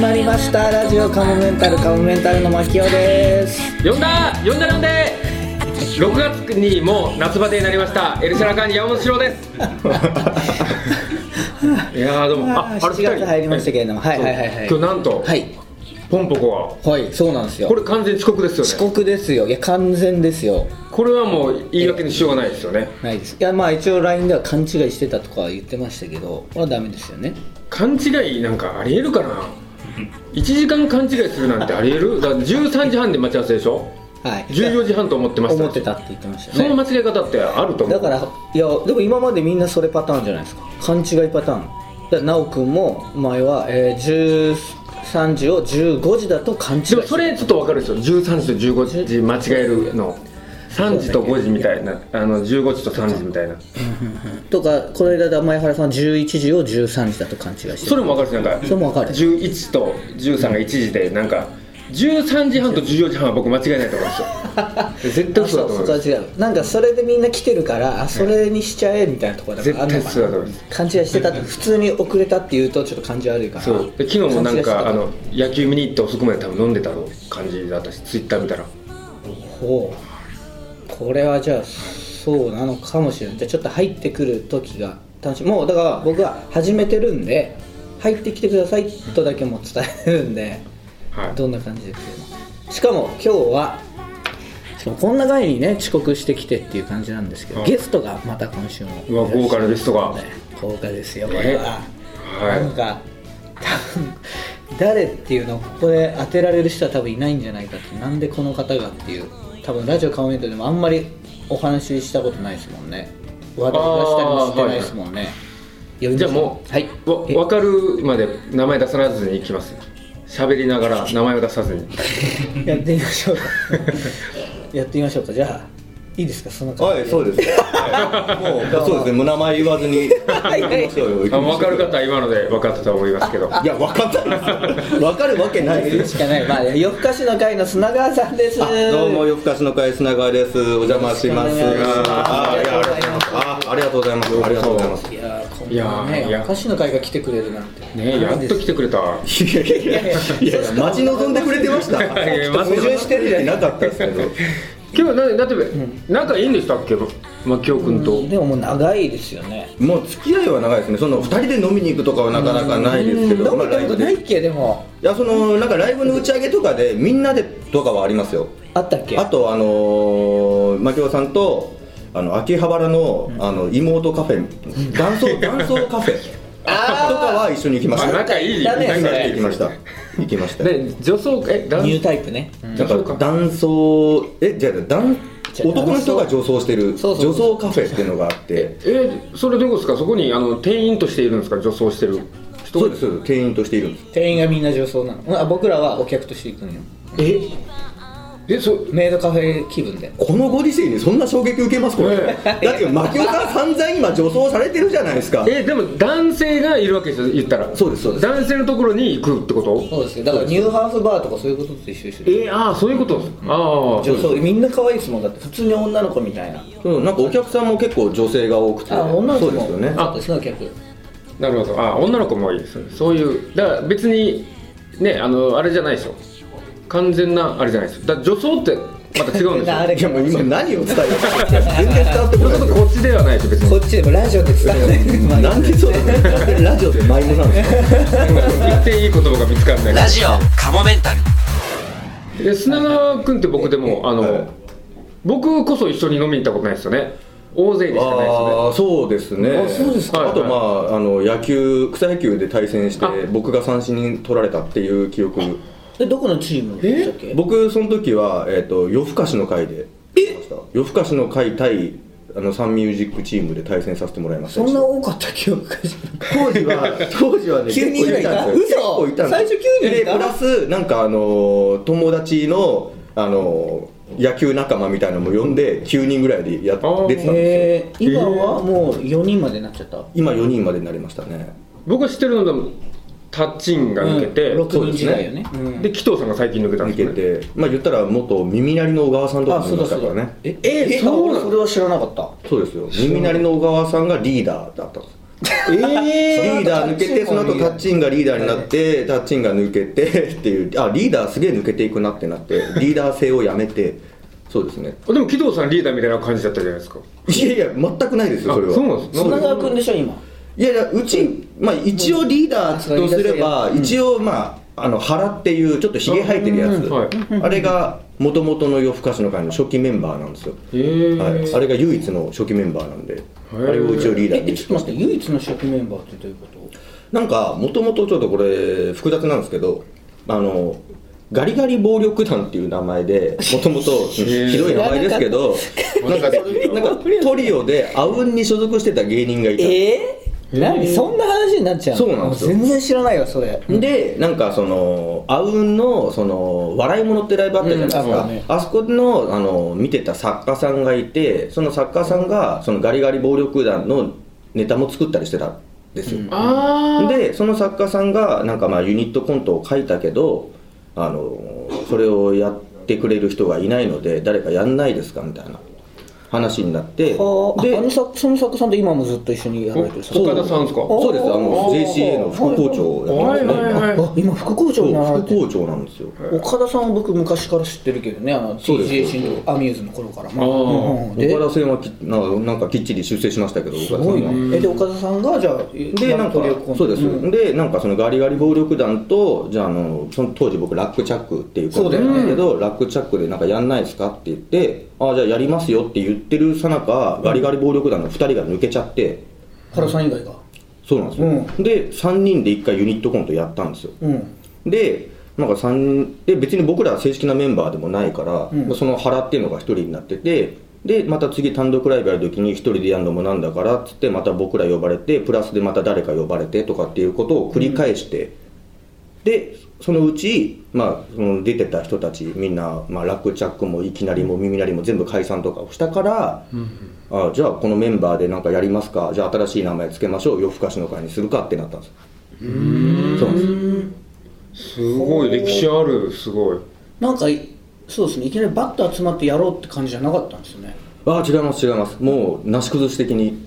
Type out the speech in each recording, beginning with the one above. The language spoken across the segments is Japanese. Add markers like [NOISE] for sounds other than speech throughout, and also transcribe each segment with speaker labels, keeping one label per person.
Speaker 1: まりましたラジオカモメンタルカモメンタルの牧雄
Speaker 2: [LAUGHS]
Speaker 1: です
Speaker 2: 呼んだ呼んだ呼んで6月にもう夏バテになりましたエルシャラカーニ山本志郎ですいやーどうも
Speaker 1: あ7月入りましたけれどもはいはいはいはい
Speaker 2: 今日なんと、
Speaker 1: はい
Speaker 2: ポンポコ
Speaker 1: はいそうなんです
Speaker 2: が
Speaker 1: よ
Speaker 2: これ完全遅刻ですよね
Speaker 1: 遅刻ですよいや完全ですよ
Speaker 2: これはもう言い訳にしようがないですよね
Speaker 1: ないですいやまあ一応 LINE では勘違いしてたとかは言ってましたけどこれはダメですよね
Speaker 2: 勘違いなんかありえるかな1時間勘違いするなんてありえるだって13時半で待ち合わせでしょ
Speaker 1: はい
Speaker 2: 14時半と思ってました
Speaker 1: 思ってたって言ってました
Speaker 2: その
Speaker 1: よね
Speaker 2: 間違い方ってあると思
Speaker 1: だ
Speaker 2: う
Speaker 1: からいやでも今までみんなそれパターンじゃないですか勘違いパターンだから奈くんも前は、えー、13時を15時だと勘違い
Speaker 2: でも
Speaker 1: して
Speaker 2: それちょっと分かるでしょ13時と15時間違えるの3時と5時みたいなあの15時と3時みたいな
Speaker 1: とかこの間だ前原さん11時を13時だと勘違いして
Speaker 2: そ
Speaker 1: る
Speaker 2: れも分かるしなんか
Speaker 1: それも分かる
Speaker 2: 11と13が1時でなんか13時半と14時半は僕間違いないと思うんです
Speaker 1: [LAUGHS]
Speaker 2: よ絶対
Speaker 1: あ
Speaker 2: 嘘だ
Speaker 1: そ
Speaker 2: と
Speaker 1: う
Speaker 2: 思
Speaker 1: そ
Speaker 2: い
Speaker 1: こは
Speaker 2: ます
Speaker 1: 違うなんかそれでみんな来てるからあそれにしちゃえみたいなところだからあんの
Speaker 2: 絶対そうだと
Speaker 1: か
Speaker 2: 思い
Speaker 1: な
Speaker 2: ます
Speaker 1: 勘違いしてたって普通に遅れたっていうとちょっと感じ悪いから
Speaker 2: そうで昨日もなんかあ
Speaker 1: 勘違い
Speaker 2: の野球見に行って遅くまで多分飲んでたの感じだったしツイッター見たら
Speaker 1: してたほうこれはじゃあそうなのかもしれないじゃあちょっと入ってくる時が楽しみもうだから僕は始めてるんで入ってきてくださいとだけもう伝えるんで
Speaker 2: はい
Speaker 1: どんな感じで来るのしかも今日はしかもこんな回にね遅刻してきてっていう感じなんですけど、
Speaker 2: はい
Speaker 1: ゲストがまた今週も
Speaker 2: うわ豪華なゲストが
Speaker 1: ね豪華ですよこれは、
Speaker 2: えはい
Speaker 1: なんか多分誰っていうのをここで当てられる人は多分いないんじゃないかってなんでこの方がっていう多分ラジオカウメントでもあんまりお話ししたことないですもんね話題出したりもしてないですもんね、呼んで
Speaker 2: じゃあもう、
Speaker 1: はい
Speaker 2: わ
Speaker 1: え
Speaker 2: 分かるまで名前出さなずに行きます喋りながら名前を出さずに
Speaker 1: やってみましょう [LAUGHS] かやってみましょうかじゃあいいですかその
Speaker 3: はい、そうですね。はいもう、そうですね、もう名前言わずに。
Speaker 1: いはい
Speaker 3: 行きましょうよ
Speaker 2: あ分かる。方は今ので分かったと思いますけど
Speaker 3: 行きましょういや、分かったですよ。分かるわけない
Speaker 1: 言う
Speaker 3: です
Speaker 1: し
Speaker 3: よ。
Speaker 1: かないまあ夜更かしの会の砂川さんです
Speaker 3: あどうも、よくかしの会砂川です。お邪魔します。
Speaker 1: よろしくお願いします
Speaker 3: あいやありがとうございます。あありがとうございます。あ
Speaker 1: いやーこん
Speaker 2: いや
Speaker 1: な
Speaker 2: ー
Speaker 1: ね
Speaker 2: いや
Speaker 1: 夜更かしの会が来てくれるなんて
Speaker 2: ねやっと来てくれた
Speaker 3: りがとうございます。いやいやいやいやいや、待ち望んでくれてました。
Speaker 2: やいや
Speaker 3: 矛盾してるじゃなかったですけど。
Speaker 2: 今日なだって仲いいんでしたっけ牧雄君と
Speaker 1: [LAUGHS] でももう長いですよね
Speaker 3: もう付き合いは長いですね。その二人で飲みに行くとかはなかなかないですけど。
Speaker 1: 飲む
Speaker 3: まあ
Speaker 1: ってことないっけでも
Speaker 3: いやそのなんかライブの打ち上げとかでみんなでとかはありますよ
Speaker 1: あったっけ
Speaker 3: あとあのー、牧雄さんとあの秋葉原のあの妹カフェ男装
Speaker 1: [LAUGHS]
Speaker 3: 男装カフェとかは一緒に行きまし
Speaker 2: あ
Speaker 3: た
Speaker 2: 仲いい
Speaker 1: だね
Speaker 2: 仲いい
Speaker 1: それ
Speaker 3: 行きました行きましたよ
Speaker 2: ね女装え男
Speaker 1: ニュータイプね、
Speaker 3: なんか男装えじゃあ男
Speaker 1: じゃあ
Speaker 3: 男の人が女装してる
Speaker 1: そうそうそう
Speaker 3: 女装カフェっていうのがあ
Speaker 1: [LAUGHS]
Speaker 3: って
Speaker 2: えそれどういうことですかそこにあの店員としているんですか女装してる人
Speaker 3: そうですそうです店員としているんです
Speaker 1: 店員がみんな女装なのうんあ僕らはお客として行くのよ
Speaker 2: ええそ
Speaker 1: メイドカフェ気分で
Speaker 3: このご時世にそんな衝撃受けますこれ、
Speaker 2: ね
Speaker 3: だって牧雄さん散々今女装されてるじゃないですか
Speaker 2: えでも男性がいるわけですよ言ったら
Speaker 3: そうですそうです
Speaker 2: 男性のところに行くってこと
Speaker 1: そうですよだからニューハーフバーとかそういうことと一緒一緒
Speaker 2: えああそういうことああ
Speaker 1: 女装みんな可愛いですもんだって普通に女の子みたいな
Speaker 3: そうなんかお客さんも結構女性が多くて
Speaker 1: あ女の子
Speaker 3: そう
Speaker 1: も
Speaker 3: ですよね
Speaker 1: あですねお客
Speaker 2: なるほどあ女の子もいいですねそういうだから別にねあのあれじゃないですよ完全なあれじゃないですよだから女装ってまた違うんですよ
Speaker 1: [LAUGHS] あれ
Speaker 3: いやもう今何を伝えてるか全然伝わって
Speaker 2: そ
Speaker 3: こ
Speaker 2: うい
Speaker 3: な
Speaker 2: うことこっちではないですよ別に
Speaker 1: こっちでもラジオで伝わらない
Speaker 3: いなんで [LAUGHS] そうなんでラジオでマイムなんですか
Speaker 2: 言っていい言葉が見つかんない
Speaker 4: ラジオカモメンタル
Speaker 2: で砂川君って僕でもあ
Speaker 3: はい
Speaker 2: の僕こそ一緒に飲みに行ったことないですよね大勢でしかないですよね
Speaker 3: ああそうですね
Speaker 2: あそうですか
Speaker 3: あとまああの野球草野球で対戦して
Speaker 2: あ
Speaker 3: 僕が三振に取られたっていう記憶
Speaker 1: えどこのチームでしたっけ
Speaker 3: 僕その時は、えー、と夜更かしの会で夜更かしの会対あのサンミュージックチームで対戦させてもらいました
Speaker 1: そんな多かった記憶がしない
Speaker 3: 当時は [LAUGHS] 当時はね
Speaker 1: 9人ぐらいいた
Speaker 3: 結
Speaker 1: 嘘
Speaker 3: 構いたんですよ結構いたんですよ
Speaker 1: 最初9人いた
Speaker 3: でプラスなんかあのー友達のあのー野球仲間みたいなのも呼んで9人ぐらいでやっ
Speaker 2: あー
Speaker 3: 出てたんですよ
Speaker 1: えー、今はもう4人までなっちゃった
Speaker 3: 今4人までになりましたね
Speaker 2: 僕は知ってるのでもタッチンが抜けて、
Speaker 1: うん6人時代よね
Speaker 2: そうですで紀藤さんが最近抜けたん
Speaker 3: 抜
Speaker 2: です
Speaker 3: け
Speaker 2: よ、ね、
Speaker 3: てまあ言ったら元耳鳴りの小川さんとか
Speaker 1: あ
Speaker 3: も
Speaker 1: そ
Speaker 3: いうま
Speaker 1: だ
Speaker 3: した
Speaker 1: そう
Speaker 3: か
Speaker 1: だ
Speaker 3: らね
Speaker 1: ええ
Speaker 2: そうなの
Speaker 1: それは知らなかった
Speaker 3: そうですよ耳鳴りの小川さんがリーダーだったんです
Speaker 1: え
Speaker 3: [LAUGHS] リーダー抜けてその後タッチンがリーダーになってタッチンが抜けてっていうあリーダーすげえ抜けていくなってなってリーダー性をやめてそうですね
Speaker 2: でも木戸さんリーダーみたいな感じだったじゃないですか
Speaker 3: いやいや全くないですよそれは
Speaker 2: あそうなんです
Speaker 4: 砂川君でしょ今
Speaker 3: いやいやうち、まあ、一応リーダーとすれば一応まああの原っていうちょっとひげ生えてるやつ、
Speaker 2: うんはい
Speaker 3: あれがもともとの夜更かしの会の初期メンバーなんですよ、
Speaker 2: へえ
Speaker 3: はい、あれが唯一の初期メンバーなんであれを一応リーダー
Speaker 1: え
Speaker 3: に
Speaker 1: ちょっと待って唯一の初期メンバーってどういうこ
Speaker 3: なんかもともとちょっとこれ複雑なんですけどあのガリガリ暴力団っていう名前でもともとひどい名前ですけどなんかそれなんかトリオでアウンに所属してた芸人がい
Speaker 1: と
Speaker 3: た
Speaker 1: えー、なんでそんな話になっちゃうの
Speaker 3: そうなんですよ
Speaker 1: も全然知らないわそれ
Speaker 3: でなんかそのあうんのその笑いものってライブあったじゃないで
Speaker 1: う
Speaker 3: す
Speaker 1: んあ
Speaker 3: か、
Speaker 1: そうね
Speaker 3: あそこのあの見てた作家さんがいてその作家さんがそのガリガリ暴力団のネタも作ったりしてたんですよ、
Speaker 2: ああ
Speaker 3: でその作家さんがなんかまあユニットコントを書いたけどあのそれをやってくれる人がいないので誰かやんないですかみたいな話になってで
Speaker 1: はああの作その作家さんと今もずっと一緒にやられてる
Speaker 2: 岡田さんですか
Speaker 3: そうですあの JCA の副校長をやってますね、
Speaker 2: はいはいはい
Speaker 1: あ今副校長
Speaker 3: そう
Speaker 1: になられてる
Speaker 3: 副校長なんですよ
Speaker 1: 岡田さんは僕昔から知ってるけどねあの
Speaker 3: そうです
Speaker 1: TJ 新とかアミューズの頃から
Speaker 2: あー
Speaker 1: も、うんうんで
Speaker 3: 岡田さんはきななんかきっちり修正しましたけど
Speaker 1: す
Speaker 3: 岡田さ
Speaker 1: ごい
Speaker 3: んは。
Speaker 1: ねえで岡田さんがじゃあ
Speaker 3: でなんか
Speaker 1: 取り込ん
Speaker 3: そうです、
Speaker 1: ん
Speaker 3: でなんかそのガリガリ暴力団とじゃああのその当時僕ラックチャックっていうことだったんだけど、ラックチャックでなんかやんないですかって言ってあじゃあやりますよって言ってるさなかガリガリ暴力団の2人が抜けちゃって
Speaker 1: 原さん以外が
Speaker 3: そうなんですよ、で3人で1回ユニットコントやったんですよ
Speaker 1: うん
Speaker 3: でなんか3で別に僕らは正式なメンバーでもないから、
Speaker 1: ん
Speaker 3: まあその腹っていうのが1人になっててでまた次単独ライブやる時に1人でやるのもなんだからっつってまた僕ら呼ばれてプラスでまた誰か呼ばれてとかっていうことを繰り返して、でそのうち、まあ、その出てた人たちみんな、まあ、ラクチャックもいきなりも耳なりも全部解散とかをしたから、あじゃあこのメンバーでなんかやりますかじゃあ新しい名前つけましょう夜更かしの会にするかってなったんですそうなんです
Speaker 2: すごい歴史あるすごい
Speaker 1: なんかいそうですねいきなりバッと集まってやろうって感じじゃなかったんですよね
Speaker 3: ああ違います違いますもうなし崩し的 [LAUGHS] に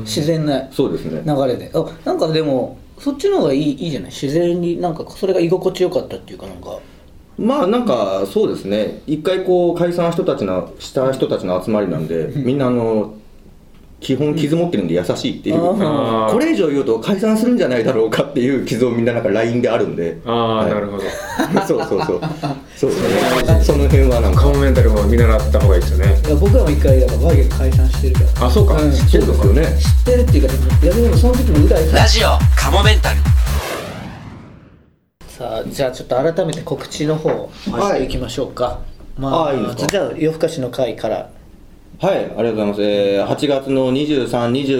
Speaker 1: 自然な
Speaker 3: そうですね
Speaker 1: 流れであなんかでもそっちの方がいいいいじゃない自然になんかそれが居心地よかったっていうかなんか
Speaker 3: まあなんかそうですね一回こう解散人たちのした人たちの集まりなんでみんなあの基本傷持ってるんで優しいっていう
Speaker 2: あー
Speaker 3: これ以上言うと解散するんじゃないだろうかっていう傷をみんななんか LINE であるん [LAUGHS] で
Speaker 2: ああ、なるほど
Speaker 3: どそうそうそうそうです [LAUGHS] ねその辺はなんか
Speaker 2: カモメンタルも見習った方がいいですよね
Speaker 1: いや僕らも一回だからワイが解散してるから
Speaker 2: あそうか、
Speaker 1: うん
Speaker 2: 知ってるのか
Speaker 3: そうですよね
Speaker 1: 知ってるっていうかいやでもその時もぐらい
Speaker 4: ラジオカモメンタル
Speaker 1: さあじゃあちょっと改めて告知の方をしていきましょうか、まあ
Speaker 3: あいいんですか
Speaker 1: じゃあ夜更かしの会から
Speaker 3: はい、ありがとうございます。えー8月の23、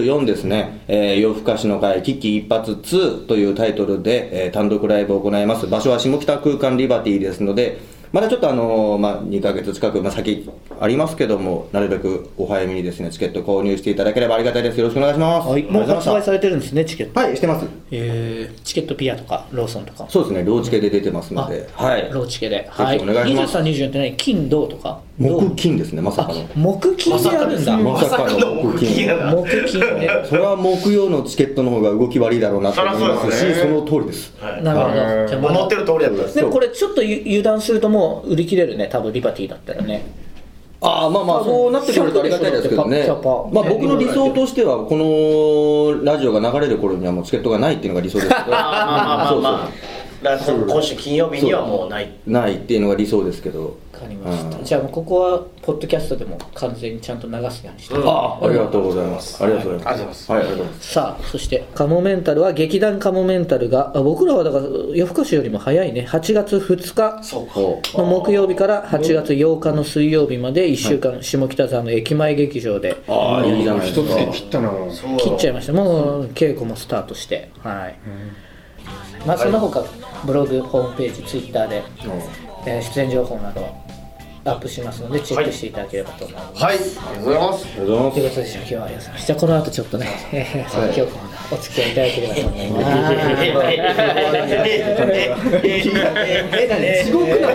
Speaker 3: 24ですね、えー夜更かしの会、危機一発2というタイトルで、えー単独ライブを行います。場所は下北空間リバティですので、まだちょっとあのーまあ、2ヶ月近く、まあ、先ありますけども、なるべくお早めにですね、チケット購入していただければありがたいです。よろしくお願いします。あり
Speaker 1: もう
Speaker 3: がとうご
Speaker 1: 発
Speaker 3: ざいま
Speaker 1: 売
Speaker 3: した
Speaker 1: されてるんですねチケット
Speaker 3: はい、してます。
Speaker 1: えーチケットピアとかローソンとか
Speaker 3: そうですね、ローチ系で出てますので、はい。
Speaker 1: ローチケで
Speaker 3: ひ
Speaker 1: はい
Speaker 3: お願いします
Speaker 1: 23、24って何金銅とか
Speaker 3: 木金ですね、まさ
Speaker 1: あ
Speaker 3: かの。
Speaker 1: 木金でやるんだ
Speaker 3: まさかの木金。
Speaker 1: 木金で
Speaker 3: それは木曜のチケットの方が動き悪いだろうなと思いま
Speaker 5: そりゃそう
Speaker 3: す
Speaker 5: で
Speaker 3: し
Speaker 5: す
Speaker 3: そ,、
Speaker 5: ね
Speaker 3: の通りです
Speaker 1: なるほどじゃあまだ
Speaker 5: 思ってる通りだったんです
Speaker 1: でもこれちょっとゆ油断するともう売り切れるね多分リバティだったらね
Speaker 3: ああまあまあそうなってくれるとありがたいですけどね
Speaker 1: キャパ
Speaker 3: まあ僕の理想としてはこのラジオが流れる頃にはもうチケットがないっていうのが理想ですけ [LAUGHS] ど
Speaker 5: まあまあまあ
Speaker 3: そう
Speaker 5: まあだから今週金曜日にはもうない
Speaker 3: そうないっていうのが理想ですけど
Speaker 1: わかりました、
Speaker 3: うん
Speaker 1: じゃあもうここはポッドキャストでも完全にちゃんと流すようにして、
Speaker 3: あありがとうございますありがとうございますはいありがとうございます
Speaker 1: さあそしてカモメンタルは劇団カモメンタルがあ僕らはだから夜更かしよりも早いね8月2日
Speaker 5: そう
Speaker 3: こ
Speaker 1: の木曜日から8月8日の水曜日まで1週間下北沢の駅前劇場で
Speaker 3: うああいいじゃないで
Speaker 2: 一
Speaker 3: す
Speaker 2: つ
Speaker 3: か
Speaker 2: で切ったな
Speaker 1: 切っちゃいましたもう稽古もスタートしてはい、まあその他ブログホームページツイッターで、えー出演情報などアップしますのでチェックしていただければと思います、
Speaker 5: はいありがとうございます
Speaker 3: ありがとうご
Speaker 1: とい
Speaker 3: ざいうま
Speaker 1: ことでしょう今日はありがとうございますじゃあこの後ちょっとね、えー、作曲コーナーお付き合いいただければと思います
Speaker 3: す
Speaker 1: え何すごくな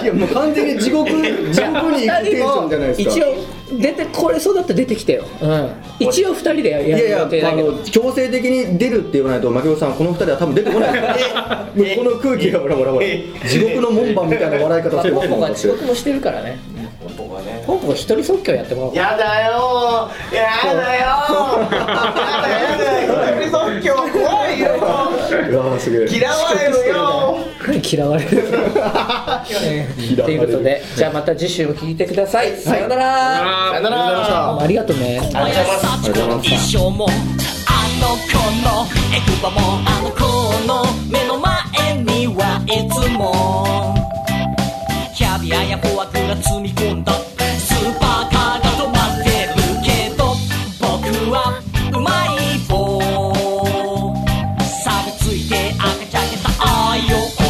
Speaker 1: い
Speaker 3: いやもう完全に地獄地獄に行くテンションじゃないですか
Speaker 6: 一応出てこれそうだったら出てきてよ、うん、一応二人でやる
Speaker 3: いやいや
Speaker 6: 予定だ
Speaker 3: あ
Speaker 6: けど
Speaker 3: の強制的に出るって言わないと牧野さんこの二人は多分出てこないですからもうこの空気がほらほらほら地獄の門番みたいな笑い方
Speaker 6: まあ
Speaker 3: する
Speaker 6: ポ
Speaker 3: と
Speaker 6: ンポ
Speaker 3: 思うん
Speaker 6: が
Speaker 3: です
Speaker 6: 遅
Speaker 3: よ
Speaker 6: 刻もしてるからね
Speaker 5: 僕はね
Speaker 6: ポンポが一人即興やってもらおうか
Speaker 5: やだよーやだよ [LAUGHS] ーやだやだよ一人即興怖 [LAUGHS] いよ
Speaker 3: うわーすげえ
Speaker 5: ー嫌われるよー
Speaker 6: 嫌われるえーということでじゃあまた次週も聞いてください、さようなら
Speaker 2: あー
Speaker 5: なら
Speaker 6: ありがとうね
Speaker 7: 小林幸子の衣装もあの子のエクバもあの子の目の前にはいつもキャビアやフォアグラ積み込んだスーパーカーが止まってるけど僕はうまい棒錆びついて赤ちゃけた愛を送る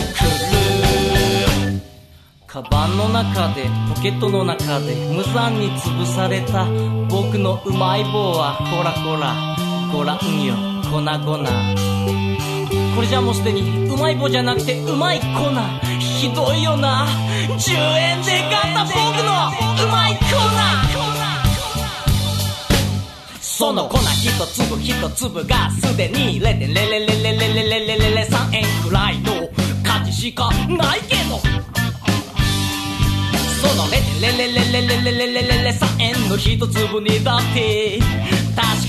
Speaker 7: カバンの中でポケットの中で無残に潰された僕のうまい棒はこらこらご覧よ粉々これじゃもうすでにうまい棒じゃなくてうまい粉ひどいよな10円で買った僕のうまい粉その粉一粒一粒がすでに0.0000003円くらいの価値しかないけどそのレレレレレレレレレレレレ3円の一粒にだって確